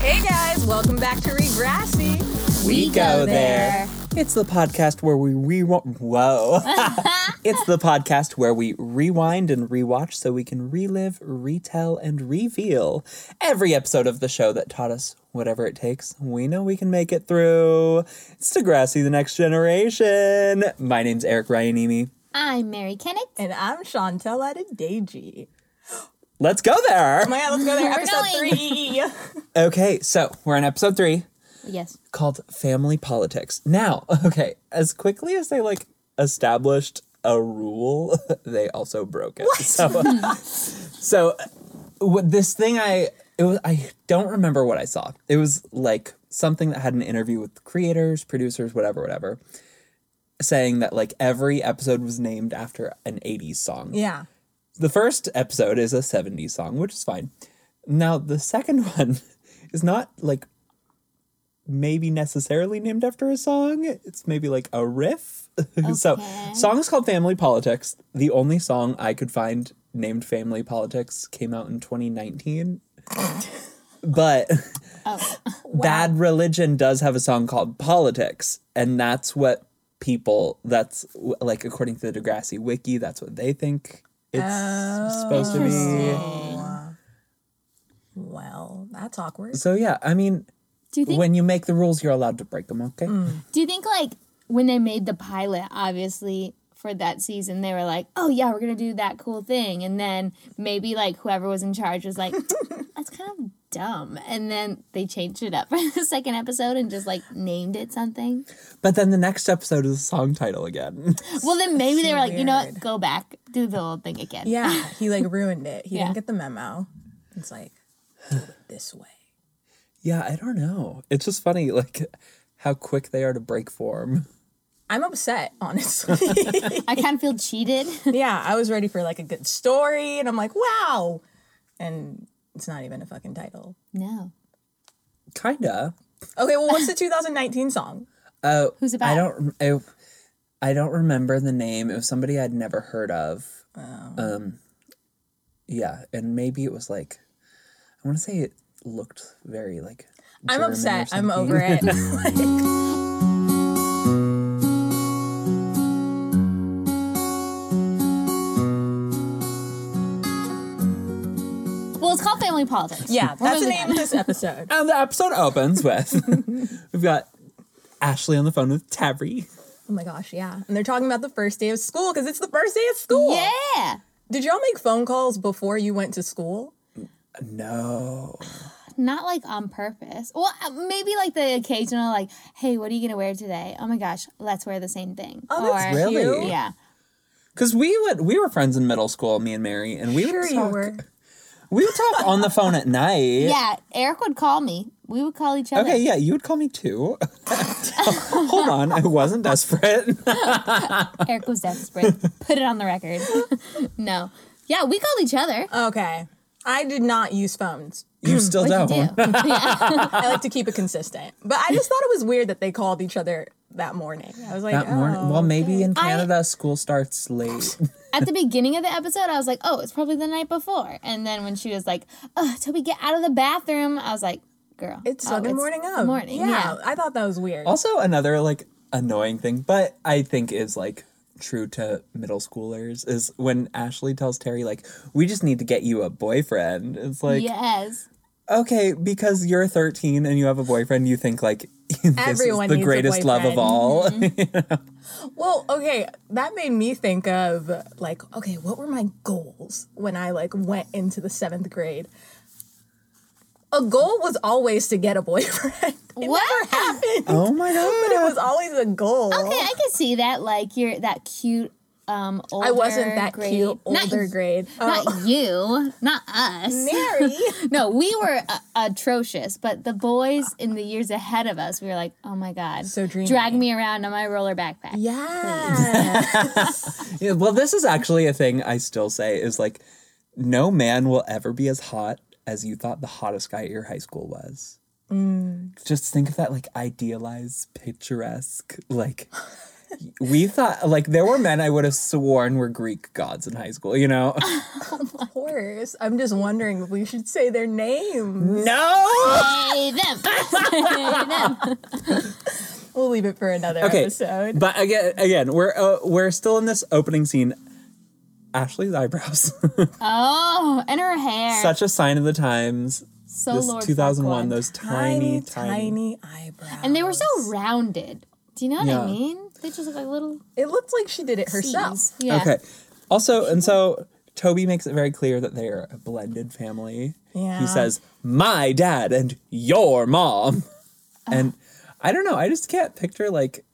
Hey guys, welcome back to Regrassi. We go there. It's the podcast where we rewind. Whoa. it's the podcast where we rewind and rewatch so we can relive, retell, and reveal every episode of the show that taught us whatever it takes. We know we can make it through. It's Degrassi, the next generation. My name's Eric Ryanimi. I'm Mary Kennett. And I'm Chantel Adedeji. Let's go Oh there. my god, let's go there. Episode going. three. Okay, so we're on episode three. Yes. called Family Politics. Now, okay, as quickly as they like established a rule, they also broke it. So, uh, so uh, what this thing I it was I don't remember what I saw. It was like something that had an interview with creators, producers, whatever, whatever, saying that like every episode was named after an 80s song. yeah. The first episode is a 70s song, which is fine. Now, the second one is not like maybe necessarily named after a song. It's maybe like a riff. so, Okay. song is called Family Politics. The only song I could find named Family Politics came out in 2019. but Oh. Bad Religion does have a song called Politics, and that's what people that's w- like according to the Degrassi wiki, that's what they think it's supposed to be. Well, that's awkward. So yeah, I mean, Do you think? when you make the rules, you're allowed to break them, okay? do you think like when they made the pilot, obviously for that season, they were like, "Oh yeah, we're gonna do that cool thing," and then maybe like whoever was in charge was like, "That's kind of dumb," and then they changed it up for the second episode and just like named it something. But then the next episode is the song title again. Well, then maybe they were like, "You know what? Go back, do the whole thing again." Yeah, he like ruined it. He Yeah. didn't get the memo. It's like, do it this way. yeah, I don't know. It's just funny, like how quick they are to break form. I'm upset, honestly. I kind of feel cheated. yeah, I was ready for like a good story, and I'm like, wow. And it's not even a fucking title. no, Kinda. Okay, well, what's the 2019 song? Oh, Who's it I by? don't. I, I don't remember the name. It was somebody I'd never heard of. Um, yeah, and maybe it was like, I want to say it looked very like. I'm German or upset. I'm something. over it. well, it's called family politics. Yeah, We're that's the moving name on. of this episode. And the episode opens with we've got Ashley on the phone with Tavri. Oh my gosh, yeah. And they're talking about the first day of school because it's the first day of school. Yeah. Did y'all make phone calls before you went to school? No, Not like on purpose. Well, uh, maybe like the occasional, like, hey, what are you going to wear today? Oh my gosh, let's wear the same thing. Oh, that's Really? cute. Yeah. because we would we were friends in middle school, me and Mary, and we would Sure you talk. were. We would talk on the phone at night. Yeah. Eric would call me. We would call each other. Okay, yeah, you would call me too. Hold on, I wasn't desperate. Eric was desperate. Put it on the record. no. Yeah, we called each other. Oh, Okay. I did not use phones. You still What'd don't. you do? I like to keep it consistent. But I just thought it was weird that they called each other that morning. I was like, That morning. oh. Well, maybe in I- Canada school starts late. At the beginning of the episode, I was like, oh, it's probably the night before. And then when she was like, oh, till we get out of the bathroom, I was like, girl. it's oh, fucking morning up. Morning. Yeah, yeah. I thought that was weird. also, another like annoying thing, but I think is like true to middle schoolers is when Ashley tells Terry like, "We just need to get you a boyfriend." It's like, yes. okay, because you're 13 and you have a boyfriend, you think like this Everyone is the needs a greatest love of boyfriend. Mm-hmm. all. Well, okay, that made me think of like, okay, what were my goals when I like went into the seventh grade? A goal was always to get a boyfriend. It What? never happened. oh my god! But it was always a goal. Okay, I can see that. Like you're that cute. Um, older I wasn't that grade. cute Not older oh. y- grade. Not you, not us. Mary. No, we were uh, atrocious, but the boys in the years ahead of us, we were like, oh my god, So dreamy. drag me around on my roller backpack. Yeah. Yeah, well, this is actually a thing I still say is like no man will ever be as hot as you thought the hottest guy at your high school was. Just think of that like idealized, picturesque, like we thought like there were men I would have sworn were Greek gods in high school, you know? Of course. I'm just wondering if we should say their name. no. Hey, them. Hey, them. We'll leave it for another Okay. episode. But again again, we're uh, we're still in this opening scene. Ashley's eyebrows. Oh, and her hair. Such a sign of the times. so this Lord 2001 Farquaad. those tiny tiny, tiny, eyebrows. And they were so rounded. Do you know what Yeah. I mean? They just look like little It looked like she did it herself. C's. Yeah. Okay. Also, and so Toby makes it very clear that they are a blended family. Yeah. He says, "My dad and your mom," and I don't know. I just can't picture like.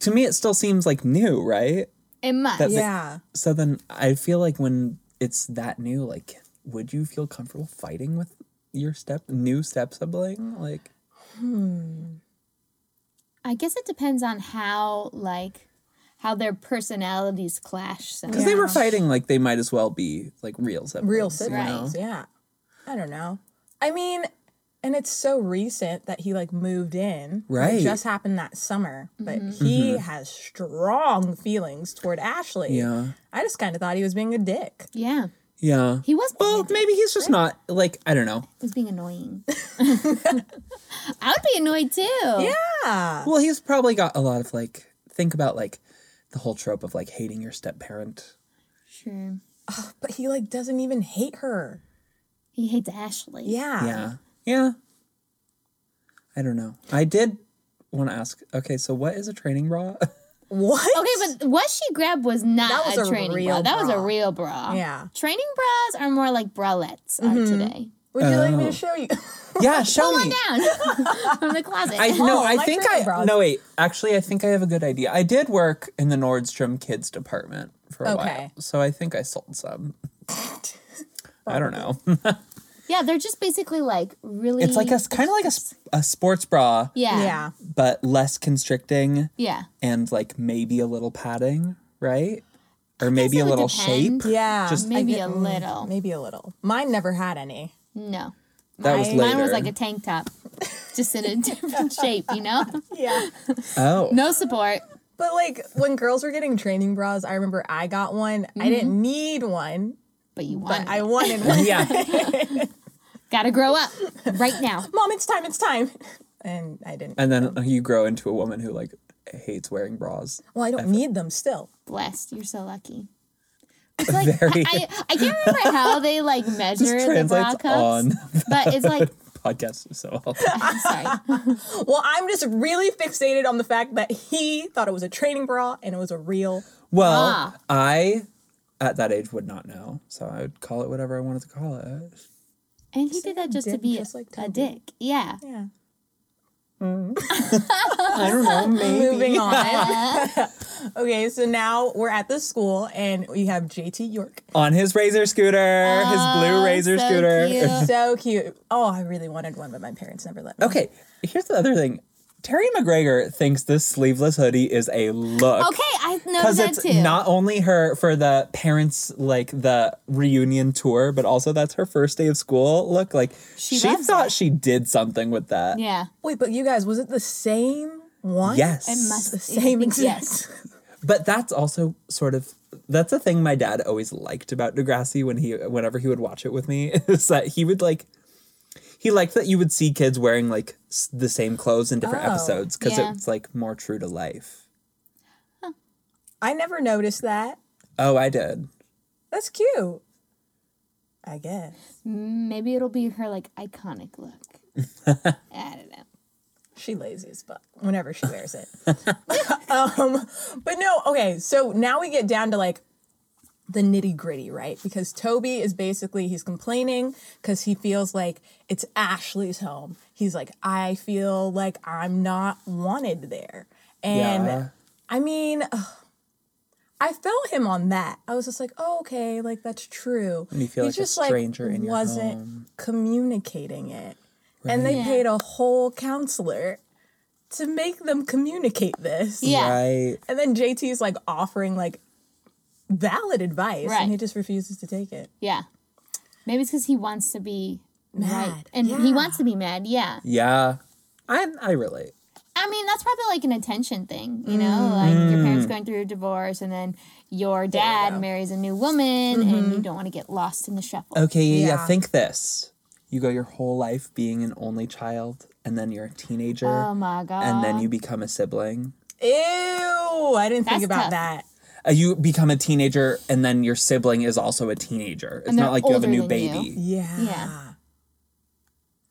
To me, it still seems like new, right? It must. That- Yeah. So then I feel like when it's that new, like, would you feel comfortable fighting with your step new step sibling? Like, I guess it depends on how like how their personalities clash. So because they were Yeah. fighting, like they might as well be like real siblings. Real you know? siblings. Yeah. I don't know. I mean, and it's so recent that he like moved in. Right. It just happened that summer. But Mm-hmm. he has strong feelings toward Ashley. Yeah. I just kind of thought he was being a dick. yeah, Yeah. he was. Well, blended. maybe he's just not like I don't know. He was being annoying. I would be annoyed too. Yeah. Yeah. Well, he's probably got a lot of like think about like the whole trope of like hating your step parent. Sure. But he like doesn't even hate her. He hates Ashley. Yeah. Yeah. Yeah. I don't know. I did want to ask. Okay, so what is a training bra? What? Okay, but what she grabbed was not That was a a training real bra. That was a bra. real bra. Yeah. Mm-hmm. Training bras are more like bralettes are today. Would you like me Oh. to show you? yeah, show Pull one me. down from the closet. I no, Oh, I my think training I bras. no wait. Actually, I think I have a good idea. I did work in the Nordstrom kids department for a Okay. while, so I think I sold some. I don't know. yeah, they're just basically like really. It's like a kind of like a, s- a sports bra, Yeah. yeah. but less constricting. Yeah. and like maybe a little padding, right? Or maybe it a would little depend. shape. Yeah. Just- Maybe I a mm, little. Maybe a little. Mine never had any. No. That was I- later. Mine was like a tank top, just in a different shape, you know? Yeah. oh No support. But like when girls were getting training bras, I remember I got one. I Mm-hmm. didn't need one, But you want but it. I wanted one. yeah. Gotta grow up right now. Mom, it's time, it's time. And I didn't. And then you grow into a woman who like hates wearing bras. well, I don't need them still. Blessed. You're so lucky. It's like, Very- I, I can't remember how they like measure the bra translates cups, on but it's like, podcast so I'm sorry. Well, I'm just really fixated on the fact that he thought it was a training bra and it was a real. well Ah. I at that age would not know. So I would call it whatever I wanted to call it. And he did that just to dick, be just like a Toby. dick. Yeah. Yeah. Mm. I don't know, maybe Moving on. okay, so now we're at the school and we have JT York. on his razor scooter, his blue razor Ah, so scooter. cute. So cute. Oh, I really wanted one, but my parents never let me. Okay, here's the other thing. Terry McGregor thinks this sleeveless hoodie is a look. Okay, I noticed because that it's too. not only her for the parents like the reunion tour but also that's her first day of school look like she, loves thought she did something with that yeah. Wait, but you guys, was it the same one? yes It must The same exact. Yes. but that's also sort of that's a thing my dad always liked about degrassi when he whenever he would watch it with me is that he would like he liked that you would see kids wearing like s- the same clothes in different Oh, episodes because yeah. it's like more true to life I never noticed that. oh i did That's cute. I guess. Maybe it'll be her like iconic look. I don't know. She lazy as fuck whenever she wears it. um, but no, okay, so now we get down to like the nitty gritty, right? Because Toby is basically, he's complaining because he feels like it's Ashley's home. He's like, I feel like I'm not wanted there. And Yeah. I mean, ugh, I felt him on that. I was just like, oh, okay, like that's true. you feel he like a just stranger like in your wasn't home. communicating it. And they paid a whole counselor to make them communicate this. Yeah. right And then JT's like offering like valid advice Right. and he just refuses to take it. Yeah. Maybe it's because he wants to be right. Mad, And he yeah. wants to be mad. Yeah. Yeah. I I relate. I mean, that's probably like an attention thing, you Mm. know? Like your parents going through a divorce and then your dad marries a new woman and Mm-hmm. you don't want to get lost in the shuffle. Okay, yeah, yeah, Yeah. think this. You go your whole life being an only child and then you're a teenager Oh my God. and then you become a sibling. Ew, I didn't That's think about tough. that. Uh, you become a teenager and then your sibling is also a teenager. It's And they're not like you have a older new than you. baby. Yeah. Yeah.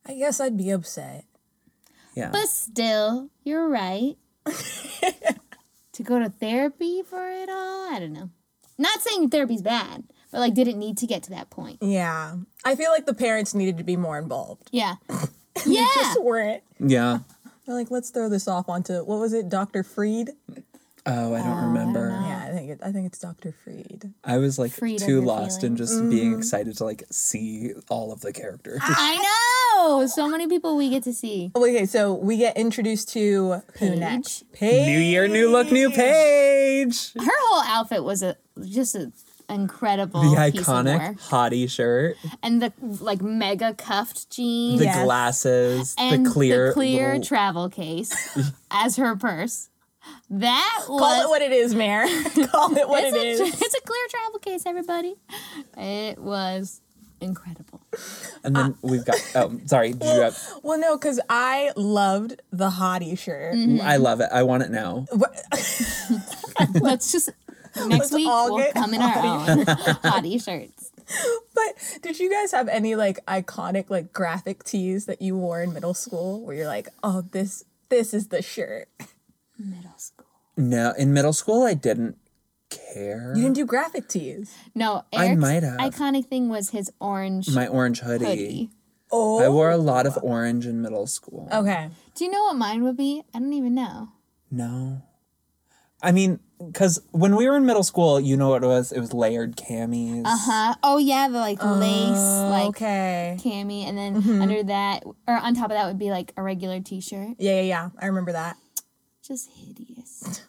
I guess I'd be upset. Yeah. But still, you're right. to go to therapy for it all? I don't know. Not saying therapy's bad, but like, did it need to get to that point? Yeah. I feel like the parents needed to be more involved. Yeah. They yeah. just weren't. yeah. They're like, let's throw this off onto what was it, Dr. Freed? Oh, I Uh, don't remember. Uh-huh. Yeah, I think it, I think it's Dr. Freed. I was like Freedom too you're lost feeling. Mm. and just being excited to like see all of the characters. I know. So many people we get to see. Okay, so we get introduced to who next? Paige. new year, new look, new page. Her whole outfit was a just an incredible The piece of iconic work. hottie shirt, And the like mega cuffed jeans. the Yes. glasses, and the clear, little- travel case as her purse. That was Call it what it is, Mayor. Call it what it is. it's, a, it's a clear travel case, everybody. It was incredible. and then Uh, we've got. Oh, sorry. Did you have, Well, no, because I loved the hottie shirt. I love it. I want it now. Let's just next week all we'll get come in our own hottie shirts. But did you guys have any like iconic like graphic tees that you wore in middle school where you're like, oh, this this is the shirt? Middle school. No, in middle school I didn't care. You didn't do graphic tees. No, I Eric's might have. iconic thing was his orange My orange hoodie. hoodie. Oh, I wore a lot of orange in middle school. okay. Do you know what mine would be? I don't even know. No. I mean, because when we were in middle school, you know what it was? It was layered camis. Uh Uh-huh. huh. Oh yeah, the like lace, like Oh, okay. cami, and then under that or on top of that would be like a regular T-shirt. Yeah, yeah, yeah. I remember that. Just hideous.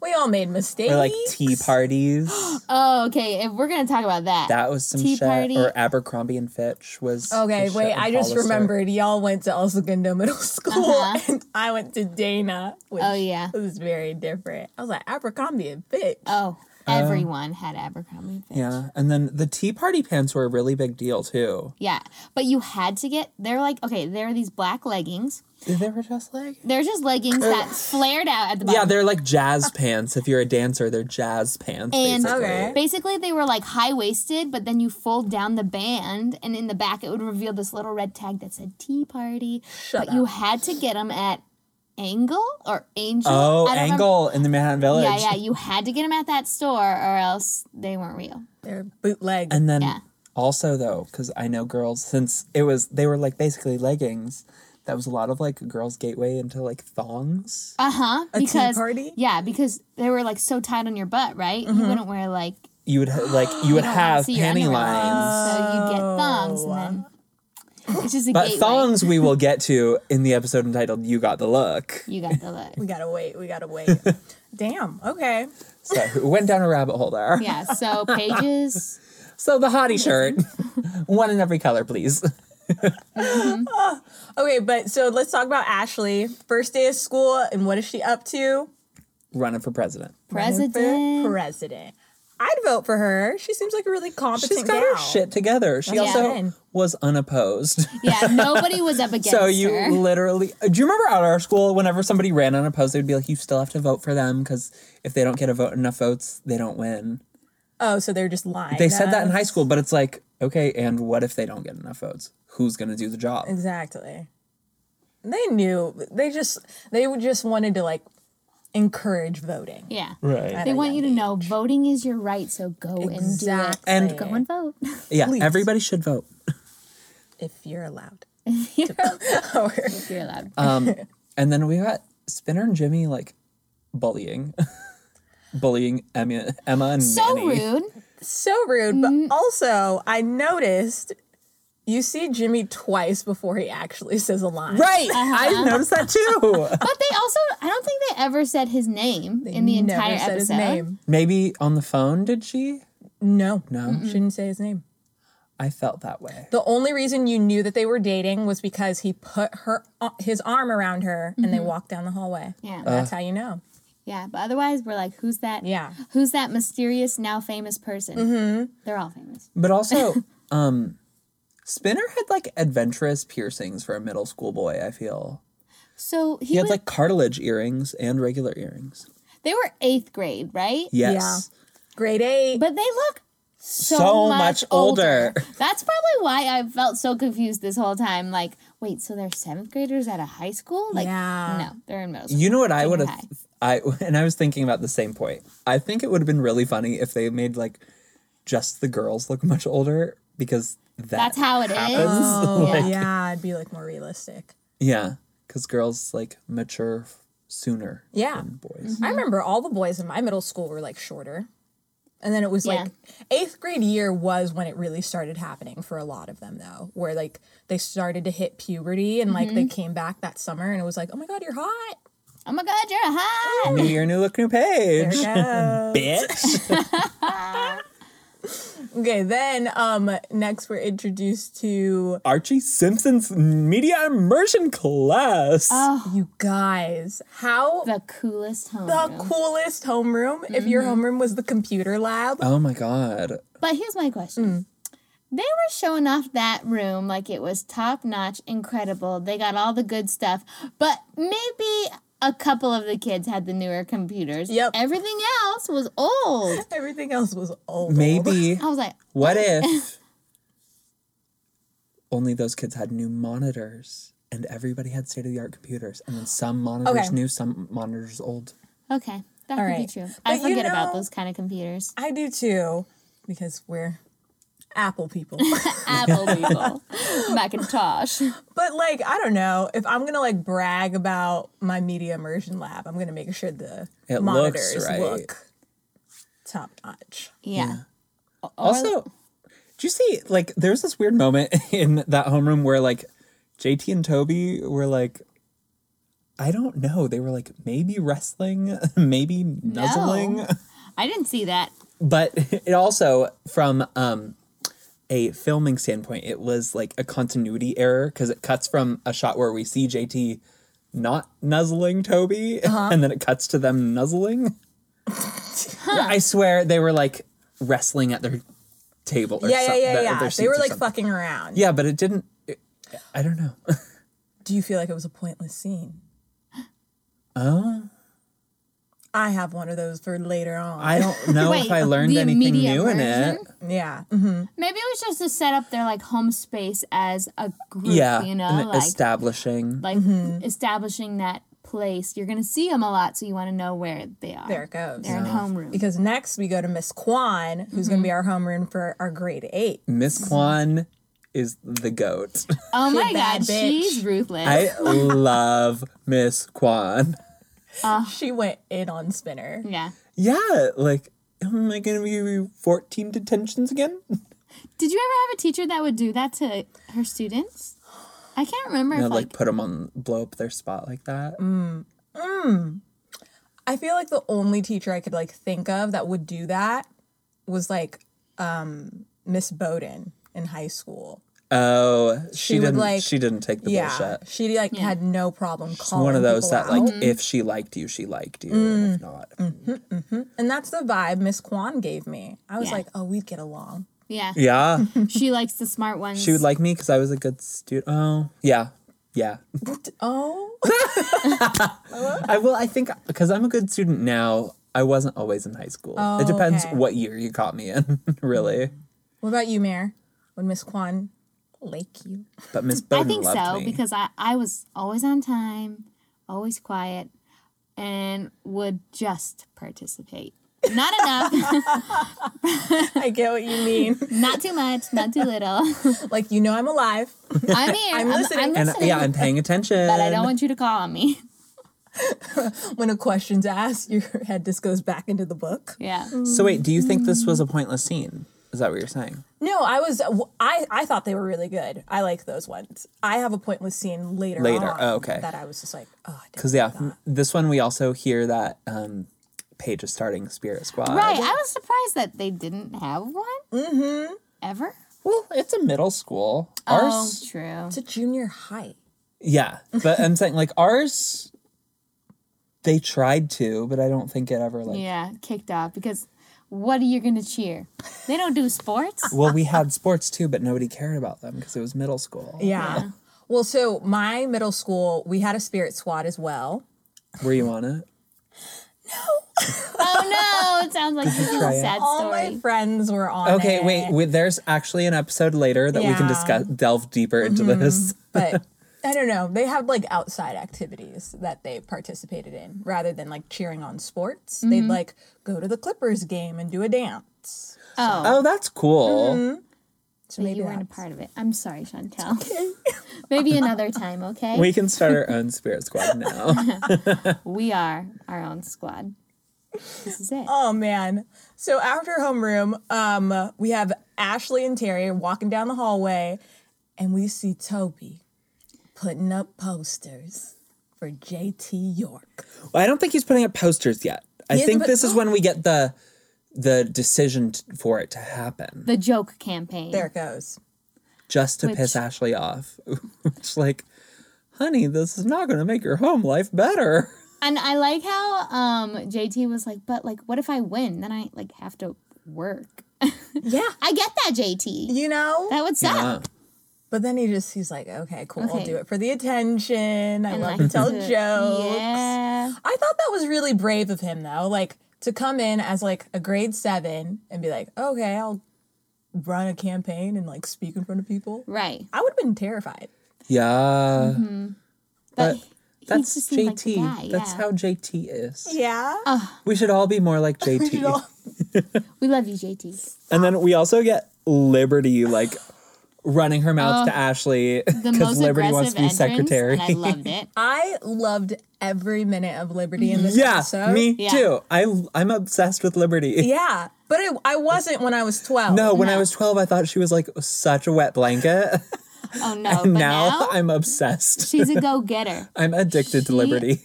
We all made mistakes. Or like tea parties. oh, okay. If we're gonna talk about that, That was some Tea shit. party. Or Abercrombie and Fitch was. Okay, was shit wait. in I just Hollister. remembered y'all went to El Segundo Middle School, Uh-huh. and I went to Dana, which Oh, yeah. was very different. I was like Abercrombie and Fitch. oh, everyone had Abercrombie. and Fitch. Yeah, and then the tea party pants were a really big deal too. Yeah, but you had to get. They're like okay. There are these black leggings. They were just like. They're just leggings that flared out at the bottom. Yeah, they're like jazz pants. If you're a dancer, they're jazz pants. And- basically. Okay. Basically, they were like high waisted, but then you fold down the band, and in the back, it would reveal this little red tag that said "Tea Party." but you had to get them at Angle or Angel. Oh, I don't remember- Angle in the Manhattan Village. Yeah, yeah. You had to get them at that store, or else they weren't real. They're bootleg. And then Yeah. also though, because I know girls, since it was they were like basically leggings. That was a lot of like girls' gateway into like thongs. Uh huh. tea Because party? Mm-hmm. yeah, because they were like so tight on your butt, right? You wouldn't wear like You would ha- like you would you don't have see your panty underwear. Oh, lines, so you get thongs, and Oh, then it's just a but gateway. thongs we will get to in the episode entitled "You Got the Look." You got the look. we gotta wait. We gotta wait. Damn. Okay. So we went down a rabbit hole there. Yeah. So pages. So the hottie shirt, one in every color, please. Okay, but so let's talk about Ashley. First day of school, and what is she up to? Running for president. Running President. for President. I'd vote for her. She seems like a really competent She's got gal. her shit together. She That's also fine. was unopposed. Yeah, nobody was up against So you her. literally uh, do you remember at our school whenever somebody ran unopposed, they'd be like, "You still have to vote for them because if they don't get a vote enough votes, they don't win." Oh, so they're just lying. They said that in That's- high school, but it's like, okay, and what if they don't get enough votes? Who's gonna do the job? Exactly. They knew. They just they would just wanted to like encourage voting. yeah. Right. They want you to know voting is your right, so go and do it. Exactly. And- Go and vote. Yeah, Please. everybody should vote. if you're allowed. You're Or- you're allowed. And then we got Spinner and Jimmy like bullying, bullying Emma, Emma and so Manny. rude. so rude, but also I noticed You see Jimmy twice before he actually says a line. Right. I noticed that too. Uh-huh. But they also, I don't think they ever said his name in the Never entire said episode. his name. Maybe on the phone, did she? No, no, she didn't say his name. I felt that way. The only reason you knew that they were dating was because he put her uh, his arm around her and they walked down the hallway. Mm-hmm. Yeah. that's how you know. Yeah, but otherwise, we're like, who's that? Yeah. Who's that mysterious, now famous person? They're all famous. But also, um, Spinner had like adventurous piercings for a middle school boy, I feel. So he, He had was, like cartilage earrings and regular earrings. they were eighth grade, right? Yes. Grade eight. But they look so, So much much older. older. That's probably why I felt so confused this whole time. Like, wait, so they're seventh graders at a high school? Like, Yeah. no, they're in middle school. You know what I Junior would have high. I and I was thinking about the same point. I think it would have been really funny if they made like just the girls look much older because that That's how it is. happens. oh, Like, yeah, it'd be like more realistic. Yeah, because girls like mature f- sooner. Yeah. than boys. I remember all the boys in my middle school were like shorter. And then it was like eighth grade year was when it really started happening for a lot of them though, where like they started to hit puberty and like they came back that summer and it was like, oh my god, you're hot. Oh my God, you're hot. New year, new look, new page, Mm-hmm. There we go. bitch. okay, then um next we're introduced to Archie Simpson's media immersion class. Oh, you guys. How the coolest home. the coolest homeroom if your homeroom was the computer lab. oh my god! But here's my question. Mm. They were showing off that room like it was top notch, incredible. They got all the good stuff. But maybe a couple of the kids had the newer computers. Yep. Everything else was old. Everything else was old. Maybe I was like, what if only those kids had new monitors and everybody had state of the art computers, and then some monitors Okay. new, some monitors old. okay, that All could be right. true. But I you forget about know- those kind of computers. I do too, because we're Apple people. Apple people, Macintosh. But like, I don't know if I'm gonna like brag about my media immersion lab. I'm gonna make sure the It monitors looks right. look top notch. Yeah. Or- Also, do you see like there's this weird moment in that homeroom where like JT and Toby were like I don't know. They were like maybe wrestling, maybe nuzzling. I didn't see that. But it also from um a filming standpoint, it was like a continuity error because it cuts from a shot where we see JT not nuzzling Toby and then it cuts to them nuzzling. I swear they were like wrestling at their table or Yeah, yeah, some- yeah, their- yeah. their They seats were or like something. fucking around. Yeah, but it didn't. It, I don't know. Do you feel like it was a pointless scene? Oh, I have one of those for later on. I don't know if Wait, I learned the anything media new in it. version? yeah. mhm. Maybe it was just to set up their like home space as a group. Yeah, mm-hmm. you know, and like establishing. like establishing that place. You're gonna see them a lot, so you want to know where they are. There it goes. They're in homeroom. Because next we go to Miss Kwan, who's gonna be our homeroom for our grade eight. Miss Kwan is the goat. oh my a bad god, bitch. she's ruthless. I love Miss Kwan. She went in on Spinner. yeah. Yeah, like, am I gonna be fourteen detentions again? Did you ever have a teacher that would do that to her students? I can't remember And if I'd, like like, put them on, blow up their spot like that. I feel like the only teacher I could like think of that would do that was like um Miss Bowden in high school. Oh, she, would, didn't. like- she didn't take the Yeah. bullshit. She like had no problem calling One of those people that, out. Mm. like, if she liked you, she liked you, and if not, and that's the vibe Miss Kwan gave me. I was Yeah. like, oh, we'd get along. yeah, yeah. she likes the smart ones. She would like me because I was a good student. Oh, yeah, yeah. Oh, I will. I think because I'm a good student now. I wasn't always in high school. it depends Oh, okay. what year you caught me in, really. what about you, Mayor? Would Miss Kwan like you? But Miss I Bowden think loved so me. because I I was always on time, always quiet, and would just participate. Not enough, I get what you mean. not too much, not too little. like you know, I'm alive. I'm here. I'm, I'm listening. listening. and yeah, I'm paying attention. but I don't want you to call on me. when a question's asked, your head just goes back into the book. Yeah. So wait, do you think this was a pointless scene? Is that what you're saying? No, I was I I thought they were really good. I like those ones. I have a pointless scene later. Later. on Oh, okay. That I was just like, oh, I didn't Because yeah, m- this one we also hear that um, Paige is starting Spirit Squad. Right. I was surprised that they didn't have one. Mm-hmm. Ever? Well, it's a middle school. Ours, Oh, true. It's a junior high. yeah, but I'm saying like ours. They tried to, but I don't think it ever like. Yeah, kicked off because what are you gonna cheer? They don't do sports. Well, we had sports too, but nobody cared about them because it was middle school. Yeah. Well, so my middle school, we had a spirit squad as well. Were you on it? oh no! It sounds like this is try a it? sad All story. my friends were on. Okay, it, wait, wait. There's actually an episode later that we can Yeah. discuss, delve deeper into Mm-hmm. this. but I don't know. They had like outside activities that they participated in rather than like cheering on sports. They'd like go to the Clippers game and do a dance. oh, Mm-hmm. Oh, that's cool. So but maybe you weren't a that. part of it. I'm sorry, Chantel. Maybe another time, okay? We can start our own Spirit Squad now. We are our own squad. This is it. Oh man. So after homeroom, um, we have Ashley and Terry walking down the hallway, and we see Toby putting up posters for JT York. well, I don't think he's putting up posters yet. I He hasn't think put- this is when we get the the decision t- for it to happen, The joke campaign. There it goes. just to Which- piss Ashley off. Which, like, honey, this is not going to make your home life better. And I like how um JT was like, but like what if I win? Then I like have to work. Yeah. I get that, JT. You know? That would Uh, suck. But then he just he's like, okay, cool, I'll Okay. do it for the attention. I love like to tell to- jokes. Yeah. I thought that was really brave of him though, like to come in as like a grade seven and be like, okay, I'll run a campaign and like speak in front of people. Right. I would have been terrified. Yeah. Mm-hmm. But, But he That's just seemed like JT. the guy, That's yeah. how JT is. Yeah. Uh-huh. We should all be more like JT. we love you, JT. And then we also get Liberty like running her mouth to Ashley Uh, The most because Liberty aggressive wants to be entrance, secretary. and I loved it. I loved every minute of Liberty in this yeah, episode. me Yeah. too. I I'm obsessed with Liberty. Yeah. But it, I wasn't when I was 12. No, when I No. was 12, I thought she was like such a wet blanket. Oh no! But now, now, I'm obsessed. she's a go-getter. I'm addicted to she- Liberty.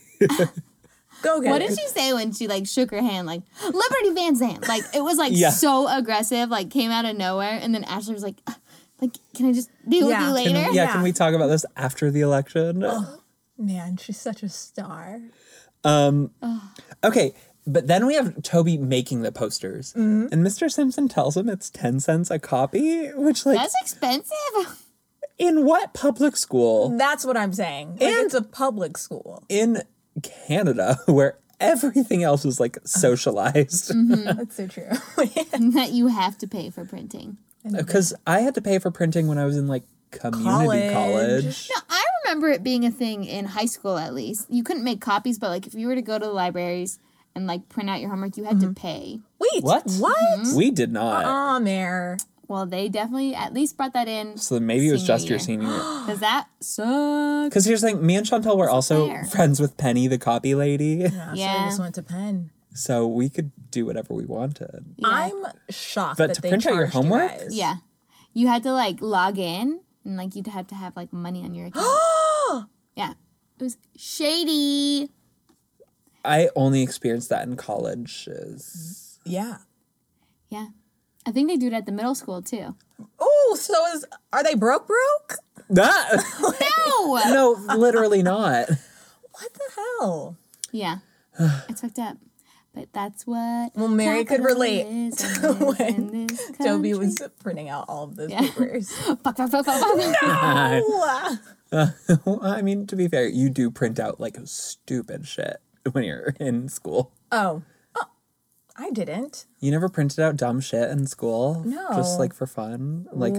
Go get What it. did she say when she like shook her hand like Liberty Van Zandt? Like it was like Yeah. so aggressive, like came out of nowhere, and then Ashley was like, "Ugh, like can I just deal Yeah. with you Can later? yeah, Yeah. can we talk about this after the election? Man, she's such a star. Okay, but then we have Toby making the posters, Mm-hmm. and Mr. Simpson tells him it's 10 cents a copy, which, like, That's expensive. in what public school? That's what I'm saying. Like, it's a public school. Mm-hmm. in Canada where everything else is like Mm-hmm. socialized. That's so true. that you have to pay for printing. Because I had to pay for printing when I was in like College. community college. No, I remember it being a thing in high school at least. You couldn't make copies, but like if you were to go to the libraries and like print out your homework, you had to pay. Wait. What? Mm-hmm. What? We did not. Aw, Mayor. Well, they definitely at least brought that in So then maybe it was Senior just your year. senior year. because that sucks. Because here's the thing me and Chantel were also fair. friends with Penny, the copy lady. I Yeah. just went to Penn. So we could do whatever we wanted. I'm shocked But that to they print out your charged homework? You guys. Yeah. You had to like log in and like you'd have to have like money on your account. yeah. It was shady. I only experienced that in college. Yeah. Yeah. I think they do it at the middle school too. Oh, so is are they broke broke? That, No. no, literally not. What the hell? yeah. It's fucked up. But that's what Well, Mary could relate capitalism is in this Toby was country. printing out all of those Yeah. papers. uh, Fuck, fuck, fuck, fuck, fuck. Wow. I mean, to be fair, you do print out like stupid shit when you're in school. Oh. Oh, I didn't. You never printed out dumb shit in school? No. Just like for fun? Like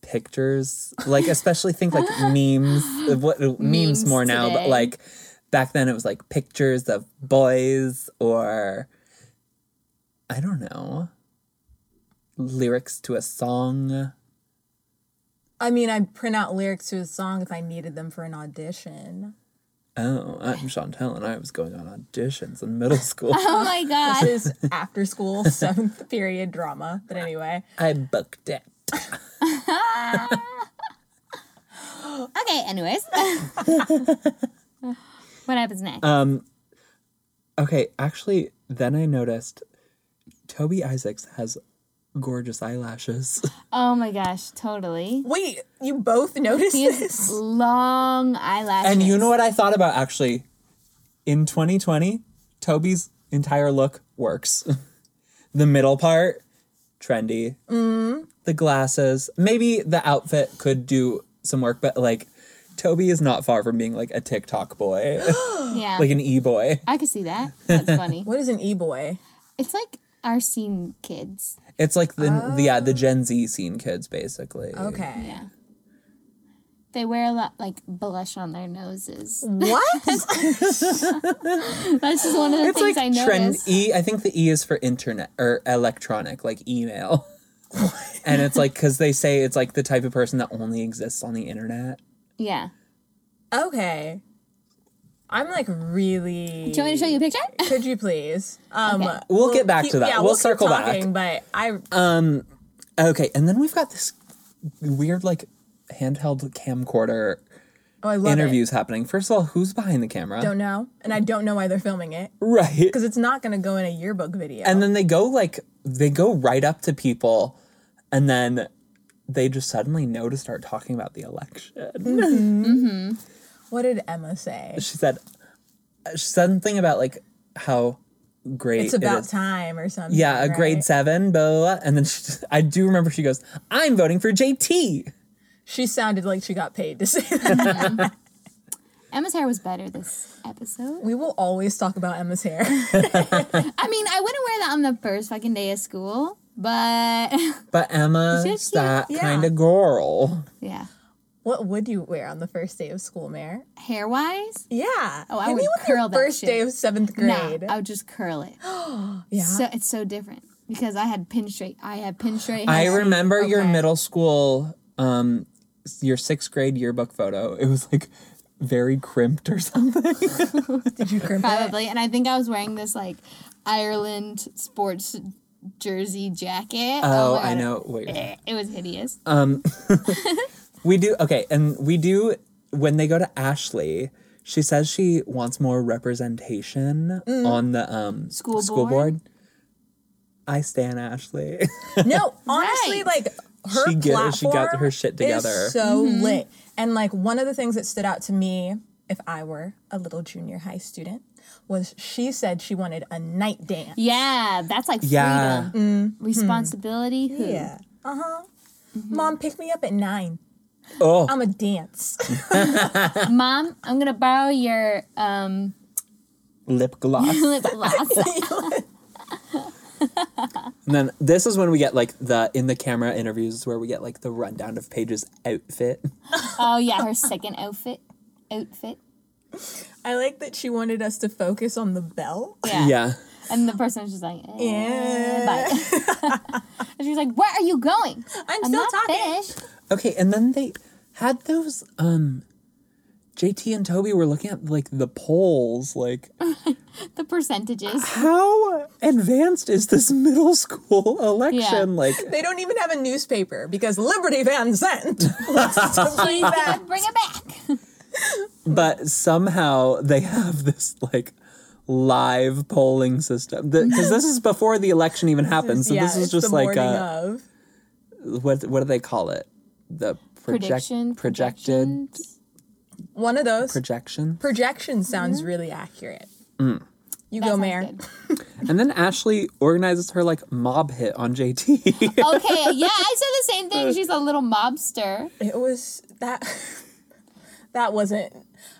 pictures? Like, especially think like memes. of What uh, memes, Memes more now, but today. like back then it was like pictures of boys or I don't know. Lyrics to a song. I mean, I'd print out lyrics to a song if I needed them for an audition. oh, I'm Chantel, and I was going on auditions in middle school. Oh my god. This is after school seventh period drama. But anyway, I booked it. Okay, anyways. what happens next? Uh, Okay, actually, then I noticed Toby Isaacs has gorgeous eyelashes. oh my gosh, totally. wait, you both noticed He has this? long eyelashes. And you know what I thought about actually? In 2020, Toby's entire look works. the middle part, trendy. The glasses, maybe the outfit could do some work, but like Toby is not far from being like a TikTok boy, yeah. like an e boy. I could see that. That's funny. What is an e boy? It's like our scene kids. It's like the, the yeah the Gen Z scene kids basically. Okay. Yeah. They wear a lot like blush on their noses. What? That's just one of the It's things like I trend noticed. E. I think the E is for internet or electronic, like email. and it's like because they say it's like the type of person that only exists on the internet. Yeah. okay. I'm like really. Do you want me to show you a picture? Could you please? Um, Okay. We'll get back keep- to that. Yeah, We'll keep circle back. Um, talking, back. But I oh, Okay, and then we've got this weird like handheld camcorder oh, I love interviews happening. First of all, who's behind the camera? It. Don't know, and I don't know why they're filming it right. because it's not going to go in a yearbook video. And then they go like they go right up to people, and then they just suddenly know to start talking about the election. what did Emma say? she said uh, something about like how great It's it about is. time or something. Yeah, a right? grade seven, blah, blah, blah. And then she, I do remember she goes, I'm voting for JT. She sounded like she got paid to say that. Emma's hair was better this episode. we will always talk about Emma's hair. I mean, I wouldn't wear that on the first fucking day of school, but But Emma's She's cute, that yeah. kind of girl. yeah. what would you wear on the first day of school, Mayor? Hair wise, Yeah. Oh, I Hit me would with your curl that first shit. day of seventh no, grade. I would just curl it. yeah. So it's so different because I had pin straight. I had pin straight. I hair. remember your Okay. middle school, um, your sixth grade yearbook photo. It was like very crimped or something. Did you crimp it? probably, and I think I was wearing this like Ireland sports jersey jacket. Oh, my I God. know. Uh, Wait. It was hideous. We do okay, and we do when they go to Ashley. She says she wants more representation on the um, School board. board? I stand Ashley. No, honestly, Right. like her She get- platform she got her shit is together. Mm-hmm. so lit. And like one of the things that stood out to me, if I were a little junior high student, was she said she wanted a night dance. Yeah, that's like Yeah. Mm-hmm. freedom, responsibility. Who? Yeah. Uh huh. Mom, pick me up at nine. oh, I'm a dance. Mom, I'm gonna borrow your um, lip gloss. lip gloss. and then this is when we get like the in the camera interviews where we get like the rundown of Paige's outfit. oh yeah, her second outfit. Outfit. I like that she wanted us to focus on the bell. Yeah. yeah. And the person was just like, eh, bye. and she was like, where are you going? I'm still not talking. finished. Okay, and then they had those um JT and Toby were looking at like the polls like The percentages. how advanced is this middle school election like They don't even have a newspaper because Liberty Van Zant wants to bring back Bring it back. but somehow they have this like live polling system because this is before the election even happened so yeah, this is it's just the like uh, morning a, of. what what do they call it the project Prediction. projected projections. one of those. projection Projection sounds really accurate. Mm. You Mm-hmm. That go, sounds Mayor. good. and then Ashley organizes her like mob hit on JT okay, yeah, I said the same Uh, thing. She's a little mobster. It was that. that wasn't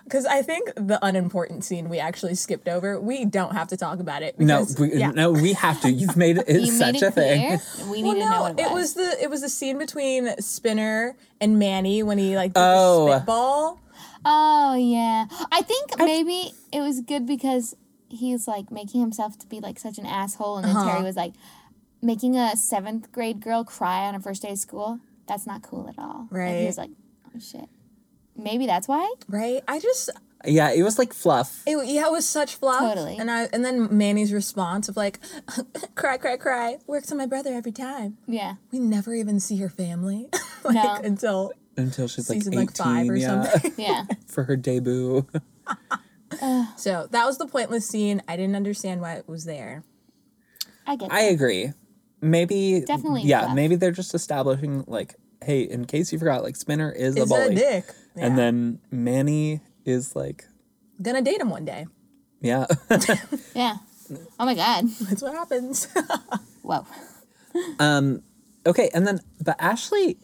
because I think the unimportant scene we actually skipped over. We don't have to talk about it. no because- we, yeah. no we have to you've made it You such made a it thing clear. We Well, need to know no, what it was the it was the scene between Spinner and Manny when he like did Oh. the spitball. Oh yeah, I think maybe it was good because he's like making himself to be like such an asshole, and then Uh-huh. Terry was like making a seventh grade girl cry on her first day of school. That's not cool at all. And Right. he was like, oh shit. Maybe that's why. Right? I just Yeah, it was like fluff. It, yeah, it was such fluff. Totally. And I and then Manny's response of like, cry, cry, cry. Works on my brother every time. Yeah. We never even see her family, like No. until Until she's like season 18, like five or yeah, something. Yeah. for her debut. So that was the pointless scene. I didn't understand why it was there. I get I agree. Maybe Definitely Yeah, fluff. maybe they're just establishing like, hey, in case you forgot, like Spinner is the Is bully, a dick. Yeah. and then Manny is like, gonna date him one day. yeah, Yeah. Oh my god. That's what happens. Whoa. okay. And then, but Ashley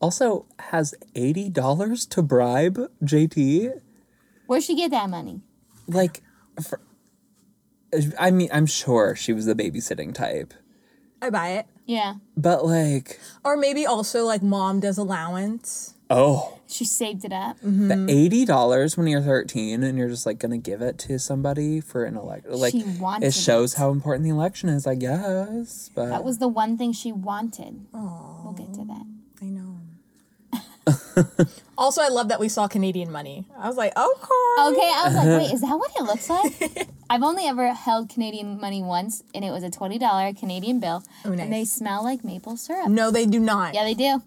also has eighty dollars to bribe JT. Where'd she get that money? Like, for, I mean, I'm sure she was the babysitting type, I buy it. Yeah. but like, Or maybe also like mom does allowance. oh, She saved it up. the eighty dollars when you're thirteen and you're just like gonna give it to somebody for an election. Like She wanted it shows how important the election is, I guess. But That was the one thing she wanted. We'll get to that. I know. also, I love that we saw Canadian money. I was like, okay. Okay, I was like, wait, is that what it looks like? I've only ever held Canadian money once, and it was a twenty dollar Canadian bill, Oh, nice. and they smell like maple syrup. No, they do not. Yeah, they do.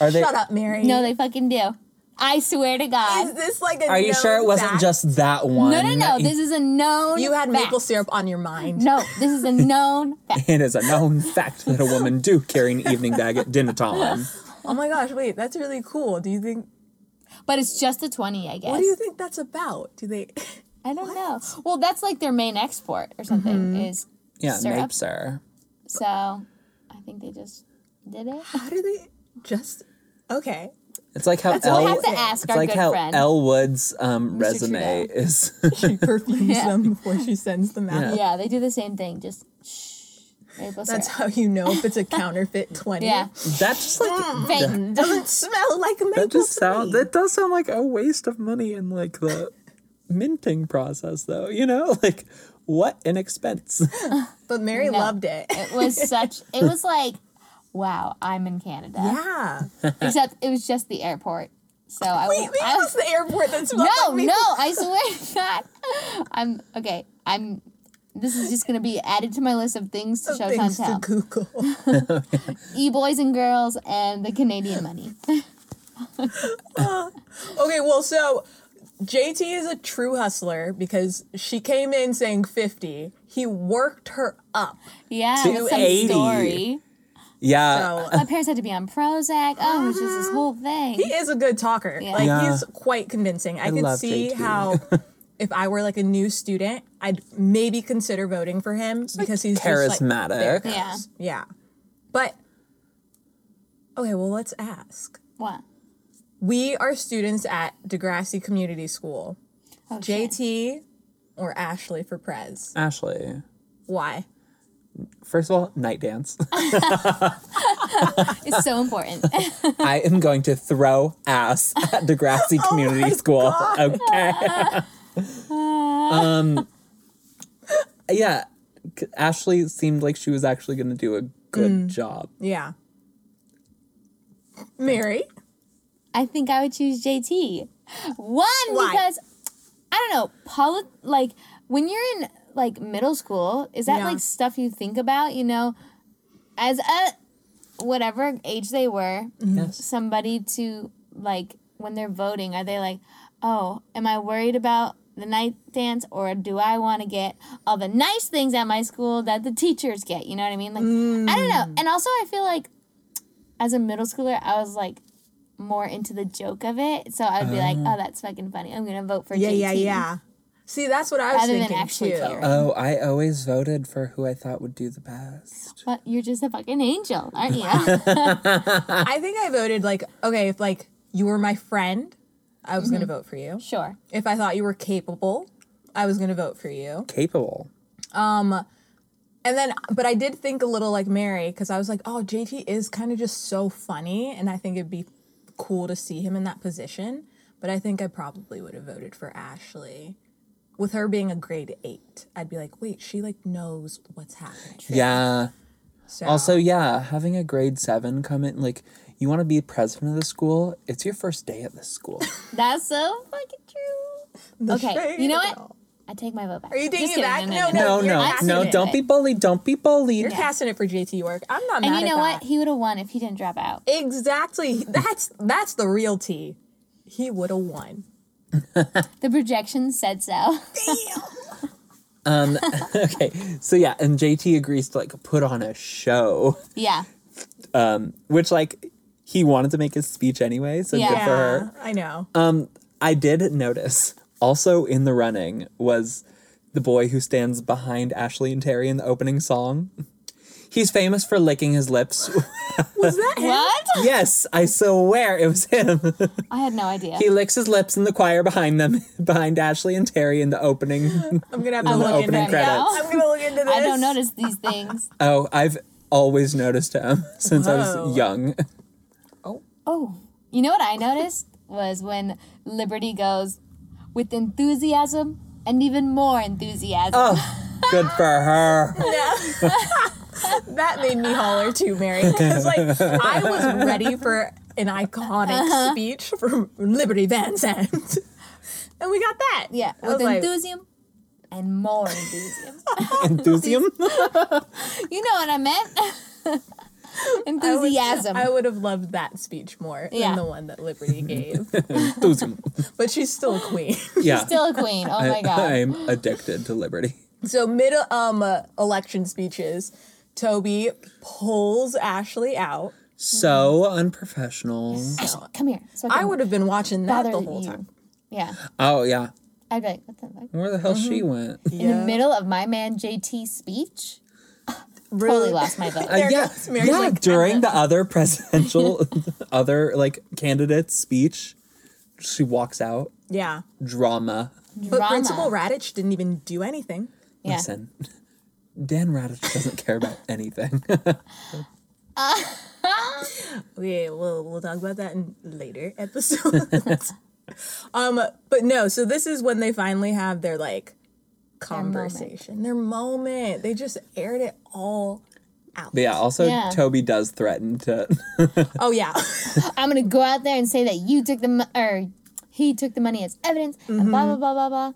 are they? Shut up, Mary. No, they fucking do. I swear to Is God. this like a Are you known sure it wasn't fact? just that one? No, no, no. This is a known. you had maple fact. syrup on your mind? No, this is a known fact. It is a known fact that a woman do carry an evening bag at dinner time. Oh my gosh, wait, that's really cool. Do you think? But it's just a twenty, I guess. What do you think that's about? Do they? I don't know. Well, that's like their main export or something Mm-hmm. is Yeah, syrup. mape sir. So, I think they just did it. How do they just? Okay. It's like how We'll Elle. have to ask It's our like good how friend. Elle Wood's um, resume Trudeau. is. She perfumes them before she sends them out. yeah, they do the same thing. Just shh. Maple That's syrup. how you know if it's a counterfeit twenty. Yeah. That's just Mm. like Fake. Doesn't smell like maple. that just sound syrup. that does sound like a waste of money in like the minting process though you know like what an expense But Mary No. loved it. It was such. It was like, wow, I'm in Canada. Yeah. Except it was just the airport. So I Wait, maybe I it was the airport that smelled No, like maple. no, I swear to God. I'm okay. I'm. This is just gonna be added to my list of things to show Things to Chantel. Google. E boys and girls and the Canadian money. Okay, well, so JT is a true hustler because she came in saying 50. He worked her up. Yeah, with some 280. story. yeah So My parents had to be on Prozac. Oh, it was just this whole thing. Uh-huh. he is a good talker. Like, Yeah. he's quite convincing. I, could love see JT. how. If I were like a new student, I'd maybe consider voting for him because he's Just like, there it charismatic goes. Yeah. yeah. But okay, well, let's ask. What? We are students at Degrassi Community School. Oh, shit. JT or Ashley for Prez? ashley Why? first of all night dance It's so important. i am going to throw ass at degrassi community school okay um yeah c- ashley seemed like she was actually going to do a good job Yeah. Mary? I think I would choose JT. One Why? because I don't know, polit like when you're in like middle school, is that Yeah. like stuff you think about, you know, as a whatever age they were, Mm-hmm. yes somebody to like when they're voting, are they like, "Oh, am I worried about the night dance or do I want to get all the nice things at my school that the teachers get?" You know what I mean? Like I don't Mm. know. And also I feel like as a middle schooler, I was like more into the joke of it. So I would be like, Ah. "Oh, that's fucking funny. I'm going to vote for Yeah, JT." yeah, yeah. See, that's what I was Rather than thinking actually too. caring. oh i always voted for who i thought would do the best But you're just a fucking angel, aren't you? I think I voted like, okay, if like you were my friend, I was Mm-hmm. going to vote for you. sure. If I thought you were capable, I was going to vote for you. capable. And then, but I did think a little like Mary because I was like, oh, JT is kind of just so funny. And I think it'd be cool to see him in that position. But I think I probably would have voted for Ashley. With her being a grade eight, I'd be like, wait, she like knows what's happening. Yeah. So, Also, yeah, having a grade seven come in, like, you want to be president of the school, it's your first day at the school. That's so fucking true. The Okay, shade you know of what? it all. I take my vote back. Are you taking Just it kidding. back? No, No, No, no, no. you're no, casting no. it. Don't be bullied. Don't be bullied. You're casting it for JT work. I'm not And mad you at know what? that. He would have won if he didn't drop out. Exactly. That's that's the real tea. He would have won. The projection said so. Um, okay. So yeah, and JT agrees to like put on a show, yeah. which like he wanted to make his speech anyway. So good Yeah. for her. Uh, I know. I did notice also in the running was the boy who stands behind Ashley and Terry in the opening song. He's famous for licking his lips. Was that him? What? yes, I swear it was him. I had no idea. he licks his lips in the choir behind them, behind Ashley and Terry in the opening. I'm gonna have to the look into opening this. credits. I'm gonna look into this. I don't notice these things. Oh, I've always noticed him since I Whoa. was young. Oh, you know what I noticed was when Liberty goes with enthusiasm and even more enthusiasm. Good for her. That made me holler too, Mary. Because like I was ready for an Uh-huh. iconic speech from Liberty Van Zandt. And we got that. Yeah, I with was like- enthusiasm and more enthusiasm. Enthusiasm. you know what I meant? I would- enthusiasm. I would have loved that speech more Yeah. than the one that Liberty gave. Enthusiasm. but she's still a queen. Yeah. Still a queen. Oh my god. I'm addicted to liberty. So mid um uh, election speeches, Toby pulls Ashley out. So unprofessional. Ashley, come here. So I, I can would have been watching that bother the whole you. time. Yeah. Oh yeah. I'd be like, what the fuck? Where the hell she went? In the middle of my man JT's speech, totally lost my vote. Uh, yeah, goes Mary's yeah. like, during the other presidential, other like candidate speech, she walks out. Yeah. Drama. But Drama. Principal Radich didn't even do anything. Yeah. Listen, Dan Radich doesn't care about anything. Okay, we'll we'll talk about that in later episodes. um, but no, so this is when they finally have their like conversation, their moment. They just aired it all out. but yeah. Also, Yeah. Toby does threaten to. Oh yeah. I'm gonna go out there and say that you took the mo- or he took the money as evidence and Mm-hmm. blah blah blah blah blah.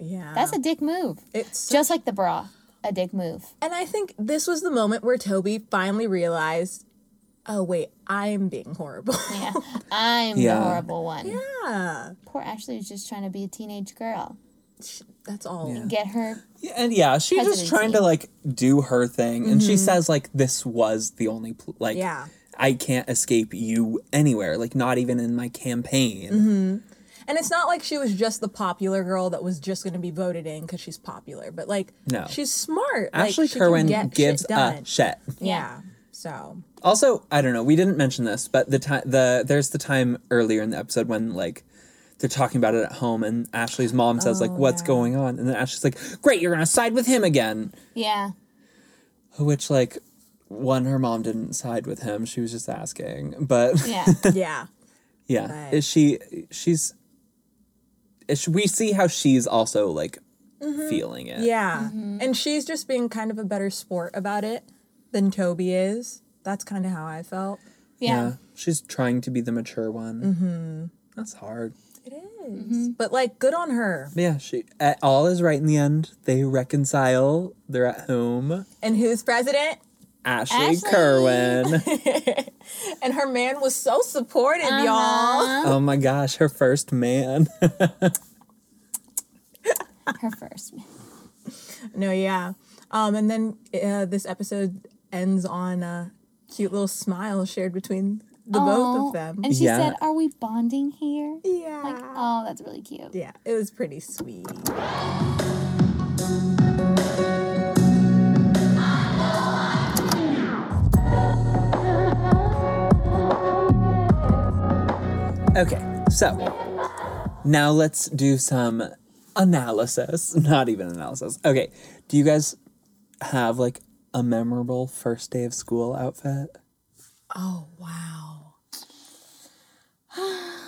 yeah. That's a dick move. it's Just like the bra, a dick move. And I think this was the moment where Toby finally realized, oh, wait, I'm being horrible. Yeah, I'm Yeah. the horrible one. Yeah. Poor Ashley was just trying to be a teenage girl. Sh- That's all. Get her. and yeah, she's just Presidency. trying to like do her thing, and she says like this was the only pl- like Yeah. I can't escape you anywhere, like not even in my campaign. Mm-hmm. And it's not like she was just the popular girl that was just going to be voted in because she's popular, but like, No. she's smart. Like, Ashley she can Kerwin get shit gives done. a shit. yeah. So, Also, I don't know. We didn't mention this, but the time the there's the time earlier in the episode when like they're talking about it at home, and Ashley's mom says Oh, like, "What's going on?" And then Ashley's like, "Great, you're gonna side with him again," Yeah, which like. One, her mom didn't side with him. She was just asking, but yeah, yeah. yeah, is she she's is she- we see how she's also like feeling it. Yeah. And she's just being kind of a better sport about it than Toby is. That's kind of how I felt. yeah. she's trying to be the mature one. Mm-hmm. That's hard. It is. Mm-hmm. But like, good on her. But yeah, she uh, all is right in the end. They reconcile. They're at home. And who's president? Ashley, Ashley. Kerwin. And her man was so supportive, y'all. Uh-huh. oh my gosh, her first man. Her first. No, yeah. Um, and then uh, this episode ends on a cute little smile shared between the both Aw. of them. And she Yeah. said, "Are we bonding here?" yeah. Like, oh, that's really cute. yeah, it was pretty sweet. okay, so now let's do some analysis. Not even analysis. Okay, do you guys have like a memorable first day of school outfit? Oh, wow. I-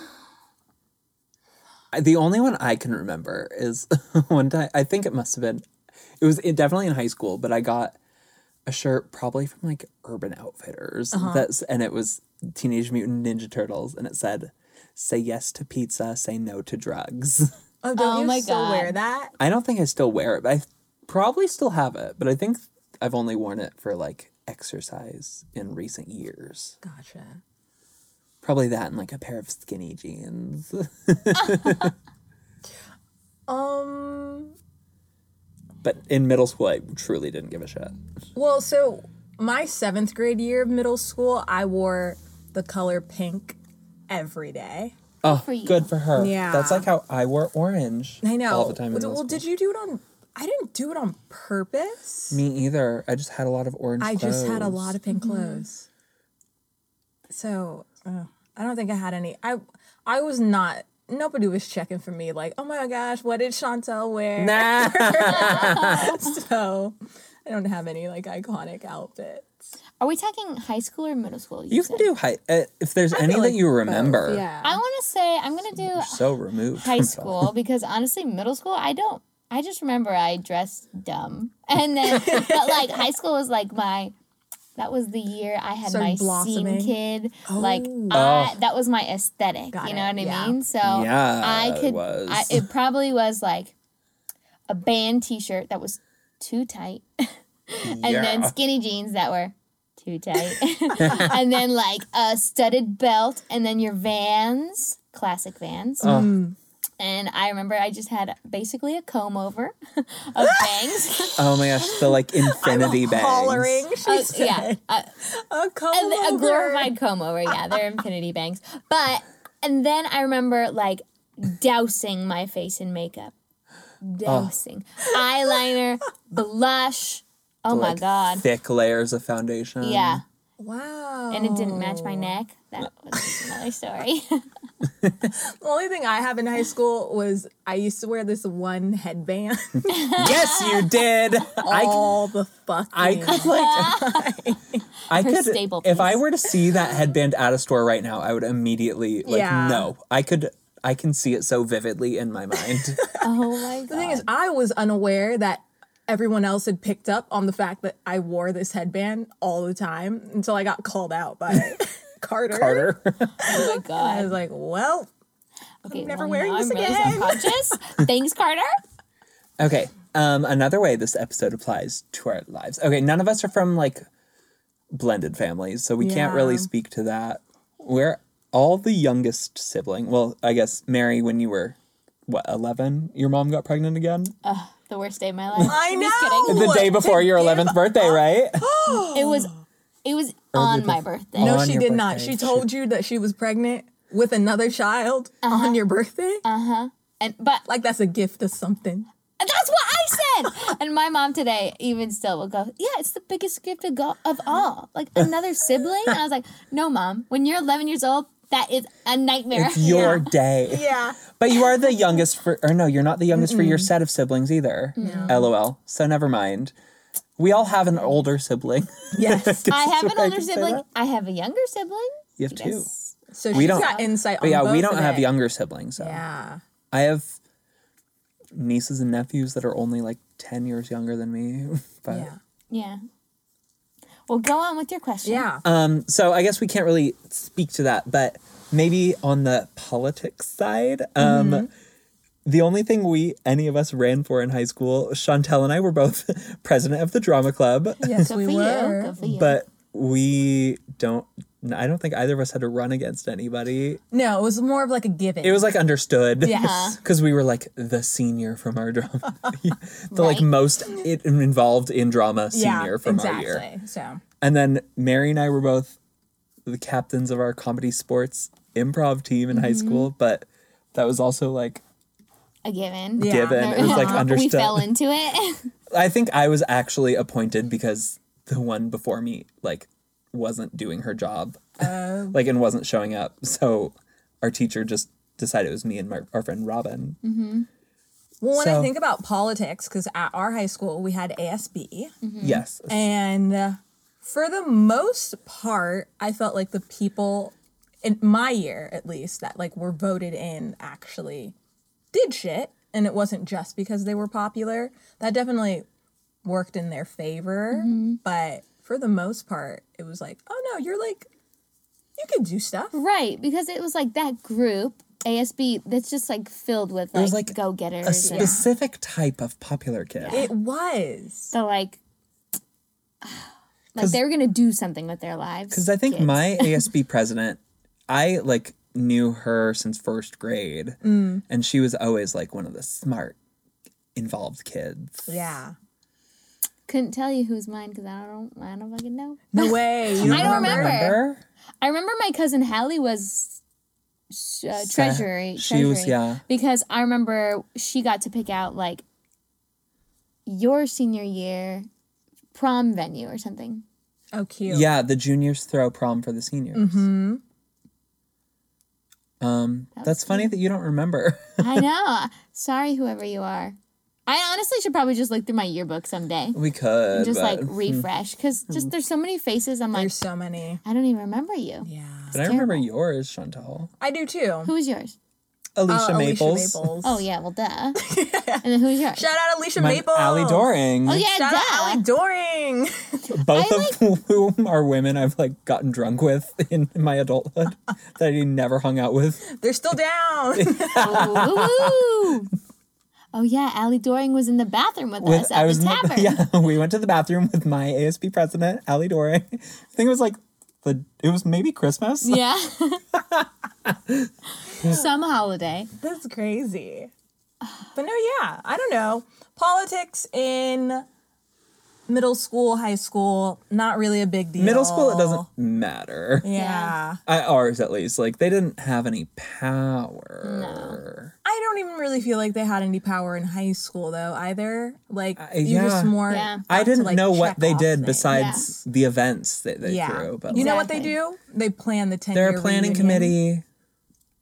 The only one I can remember is one time. I think it must have been. It was it definitely in high school, but I got a shirt probably from like Urban Outfitters. That's and it was Teenage Mutant Ninja Turtles, and it said, "Say yes to pizza, say no to drugs." Oh, don't Oh you my still God. wear that? I don't think I still wear it, but I probably still have it. But I think I've only worn it for like exercise in recent years. Gotcha. Probably that and like a pair of skinny jeans. Um. but in middle school, I truly didn't give a shit. Well, so my seventh grade year of middle school, I wore the color pink every day. Oh, for you. good for her. Yeah. That's like how I wore orange. I know. All the time in well, middle well, school. did you do it on? I didn't do it on purpose. Me either. I just had a lot of orange I just had a clothes. lot of pink Mm-hmm. clothes. So uh, I don't think I had any. I I was not. Nobody was checking for me. Like, oh my gosh, what did Chantel wear? Nah. so I don't have any like iconic outfits. Are we talking high school or middle school? You can said? do high. Uh, if there's any like that you remember, Both, yeah. I want to say I'm gonna do so removed. high from- school because honestly, middle school I don't. I just remember I dressed dumb, and then but like high school was like my. That was the year I had Started my blossoming. scene kid. Like Oh. I, that was my aesthetic. Got you know it, what I yeah. mean? So Yeah, I it could. was. I, it probably was like a band T-shirt that was too tight. and then Yeah. skinny jeans that were too tight, and then like a studded belt, and then your Vans, classic Vans. And I remember I just had basically a comb over of bangs. Oh my gosh, the like infinity bangs. Hollering, she Uh, said. yeah, a, A and a comb-over. glorified comb over. Yeah, they're infinity bangs. But and then I remember like dousing my face in makeup, dousing eyeliner, blush. Oh my like, god. Thick layers of foundation. Yeah. Wow. and it didn't match Oh. my neck. That was another story. The only thing I have in high school was I used to wear this one headband Yes, you did. Oh I all the fucking. I could like I Her could staple if I piece. were to see that headband at a store right now, I would immediately like Yeah. no. I could I can see it so vividly in my mind. oh my god! The thing is, I was unaware that everyone else had picked up on the fact that I wore this headband all the time until I got called out by Carter. Carter. oh my I was god! like, well, Okay, never well, wearing now this I'm really again. Self-conscious. Thanks, Carter. Okay. Um, another way this episode applies to our lives. Okay, none of us are from like blended families, so we can't Yeah. really speak to that. We're all the youngest sibling. Well, I guess Mary, when you were what eleven, your mom got pregnant again The worst day of my life. I I'm just kidding. know. the day before your Oh, give eleventh birthday, right? It was, it was on my birthday. no, On she did your not. birthday. She told you that she was pregnant with another child Uh-huh. on your birthday. and but like that's a gift or something. and that's what I said. and my mom today, even still, will go. Yeah, it's the biggest gift of, go- of all. Like another sibling. And I was like, no, mom. When you're 11 years old, that is a nightmare. It's your day. Yeah. But you are the youngest for, or no, you're not the youngest for your set of siblings either. LOL. So never mind. We all have an older sibling. Yes. Guess I have the an way older can say sibling. that. I have a younger sibling. You have two. Yes. So We she's don't- got insight on But yeah, both we don't of have it. younger siblings. So. Yeah. I have nieces and nephews that are only like 10 years younger than me. But Yeah. Yeah. Well, go on with your question. Yeah. um, so I guess we can't really speak to that, but maybe on the politics side, um, Mm-hmm. the only thing we any of us ran for in high school, Chantel and I were both president of the drama club, yes, Good we for were. you. Good for you. but we don't. I don't think either of us had to run against anybody. No, it was more of like a given. It was like understood. Yeah. Because we were like the senior from our drama, the like Right. most it, involved in drama yeah, senior from exactly. our year. So And then Mary and I were both the captains of our comedy sports improv team in high Mm-hmm. school, but that was also like a given. Yeah. given. It was like We understood. fell into it. I think I was actually appointed because the one before me like wasn't doing her job, Oh. like and wasn't showing up. So our teacher just decided it was me and my, our friend Robin. Well, when So- I think about politics, because at our high school we had ASB, Mm-hmm. Yes, Mm-hmm. and uh, for the most part, I felt like the people in my year, at least, that like were voted in actually did shit, and it wasn't just because they were popular. That definitely worked in their favor, Mm-hmm. but for the most part, it was like, oh no, you're like, you can do stuff. right. Because it was like that group ASB that's just like filled with was, like, like, go getters. A specific type of popular kid. It was. So like, like they were gonna do something with their lives. Because I think my ASB president, I like knew her since first grade, Mm. and she was always like one of the smart, involved kids. Yeah. couldn't tell you who's mine because I don't, I don't fucking know. No way. You Do you I don't remember. remember? I remember my cousin Hallie was sh- uh, Sa- treasury. she was- treasury, yeah. Because I remember she got to pick out like your senior year prom venue or something. Oh, cute. Mm-hmm. Yeah, the juniors throw prom for the seniors. Mm-hmm. Um, that's funny that you don't remember. I know. Sorry, whoever you are. I honestly should probably just look through my yearbook someday. we could Just like but, refresh because just there's so many faces. I'm hmm. like, There's so many. I don't even remember you. Yeah. but I remember yours, Chantal. I do too. Who was yours? Alicia, Uh, Maples. Oh yeah, well duh. and then who's yours? Shout out Alicia My- Maples. Allie Doring. Oh yeah, Shout duh. out Allie Doring. both of whom are women I've like gotten drunk with in my adulthood that I never hung out with. They're still down. Ooh. Oh yeah, Allie Doring was in the bathroom with, With us at the in the- tavern. yeah, we went to the bathroom with my ASP president, Ali Dore. I think it was like the it was maybe Christmas. Yeah. Some holiday. That's crazy. But no, yeah, I don't know. Politics in middle school, high school, not really a big deal. Middle school, it doesn't matter. Yeah. Yeah. I, ours at least, like they didn't have any power. I don't even really feel like they had any power in high school though either. Like I- you Uh, yeah. just more. Yeah. got I to, didn't like, know check what they off did things. besides the events that they Yeah. threw, but you know like, what they do? Exactly. They plan the ten. they're a planning committee.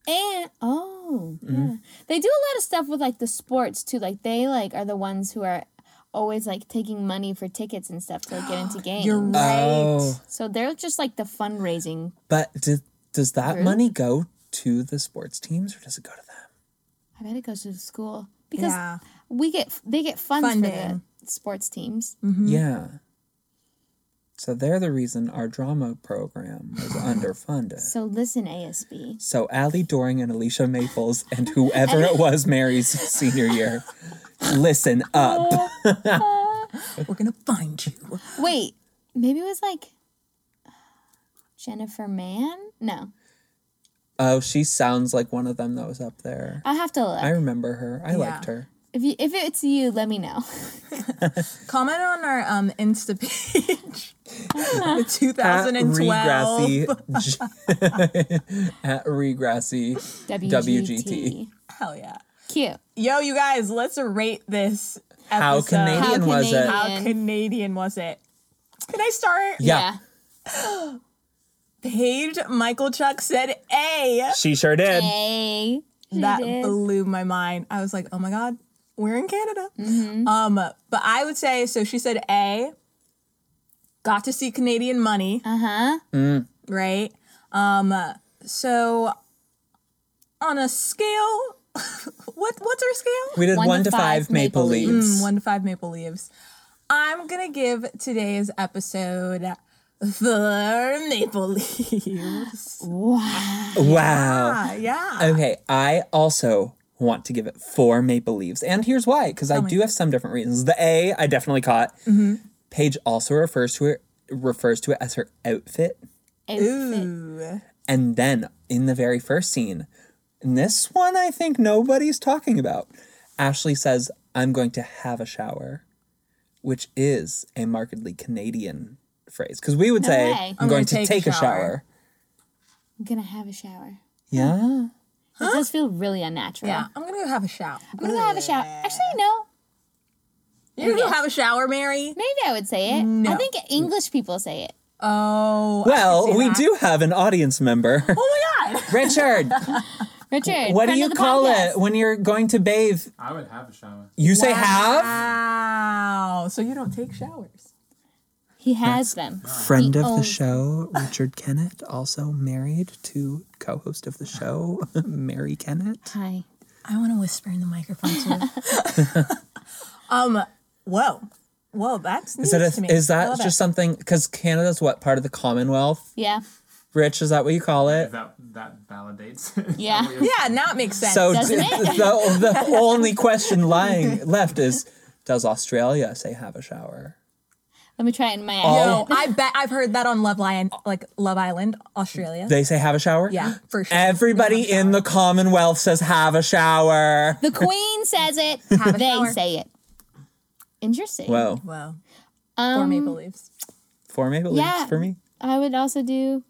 And oh, Mm-hmm. yeah. they do a lot of stuff with like the sports too. Like they like are the ones who are always like taking money for tickets and stuff to like, get into games. You're right. Oh. so they're just like the fundraising. But do, does that money go to the sports teams or does it go to them? I bet it goes to the school because Yeah. we get they get funds for Funding. Mm. the sports teams. Yeah. So they're the reason our drama program was underfunded. So listen, ASB. So Allie Doring and Alicia Maples and whoever it was Mary's senior year, listen up. We're gonna find you. Wait, maybe it was like Jennifer Mann. No, Oh, she sounds like one of them that was up there. I'll have to look. I remember her. I liked her. If you, if it's you, let me know. Comment on our um Insta page. the At 2012. Regrassy, at Regrassy, WGT. Hell yeah. Cute. Yo, you guys, let's rate this episode. how Canadian was it? How How Canadian was it? Can I start? yeah, Paige Michael Chuck said A. she sure did. Hey. That did. blew my mind. I was like, oh my God, we're in Canada. Um, but I would say, so she said A, got to see Canadian money, Uh huh. right? Um, so on a scale, what what's our scale? We did one, to five, maple, leaves. Mm, one to five maple leaves. I'm gonna give today's episode four maple leaves. Wow. Mm. Wow. Ah, yeah. Okay, I also want to give it four maple leaves, and here's why: because I do have some different reasons. The A, I definitely caught. Paige also refers to it refers to it as her outfit, Outfit. Ooh. and then in the very first scene, and this one I think nobody's talking about. Ashley says, "I'm going to have a shower," which is a markedly Canadian phrase because we would No say, way. "I'm, I'm going gonna to take, a shower." I'm gonna have a shower. Yeah. It does feel really unnatural. Yeah, I'm gonna go have a shower. I'm gonna go have a shower. Actually, no. You're gonna go have a shower, Mary? Maybe I would say it. I think English people say it. Oh. I can Well, see we that. do have an audience member. Oh my God. Richard, Richard. what do friend you of the call podcast. it when you're going to bathe? I would have a shower. You say have? Wow. So you don't take showers. He has them. Friend He of the owns- show, Richard Kennett, also married to co host of the show, Mary Kennett. Hi. I want to whisper in the microphone too. um. Whoa. Whoa. That's news Is that, to a, me. is I that love it. just something? Because Canada's what part of the Commonwealth, Yeah. Rich, is that what you call it? If that that validates. is that Yeah. what you're- Yeah, now it makes sense. So Doesn't d- it? the, the only question lying left is, does Australia say have a shower? Let me try it in my accent. Oh. Yo, I bet I've heard that on Love Island, like Love Island, Australia. They say have a shower? Yeah, for sure. Everybody in the Commonwealth says have a shower. The queen says it. Have a they shower. say it. Interesting. Whoa. Wow. Um, Four maple leaves. Four maple leaves yeah. for me. I would also do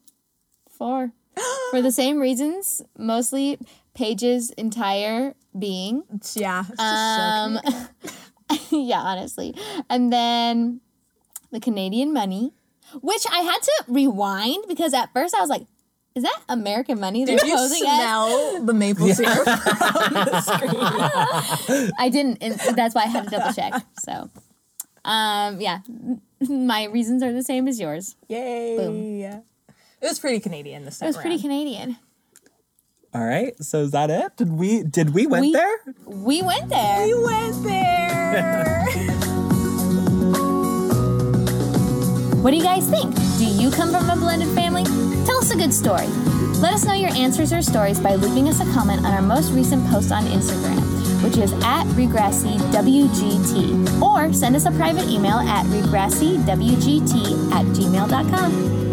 four for the same reasons. Mostly Paige's entire being. Yeah. It's just Um, yeah, honestly. And then the Canadian money, which I had to rewind because at first I was like, is that American money they're so cute. you posing as? smell the maple syrup on the screen. I didn't. And that's why I had to double check. So, um, yeah, my reasons are the same as yours. Yay. It was pretty Canadian this time It was pretty around. Canadian. All right. So is that it? Did we did we went We- there? We went there. We went there. What do you guys think? Do you come from a blended family? Tell us a good story. Let us know your answers or stories by leaving us a comment on our most recent post on Instagram, which is at RegrassiWGT, or send us a private email at RegrassiWGT at gmail.com.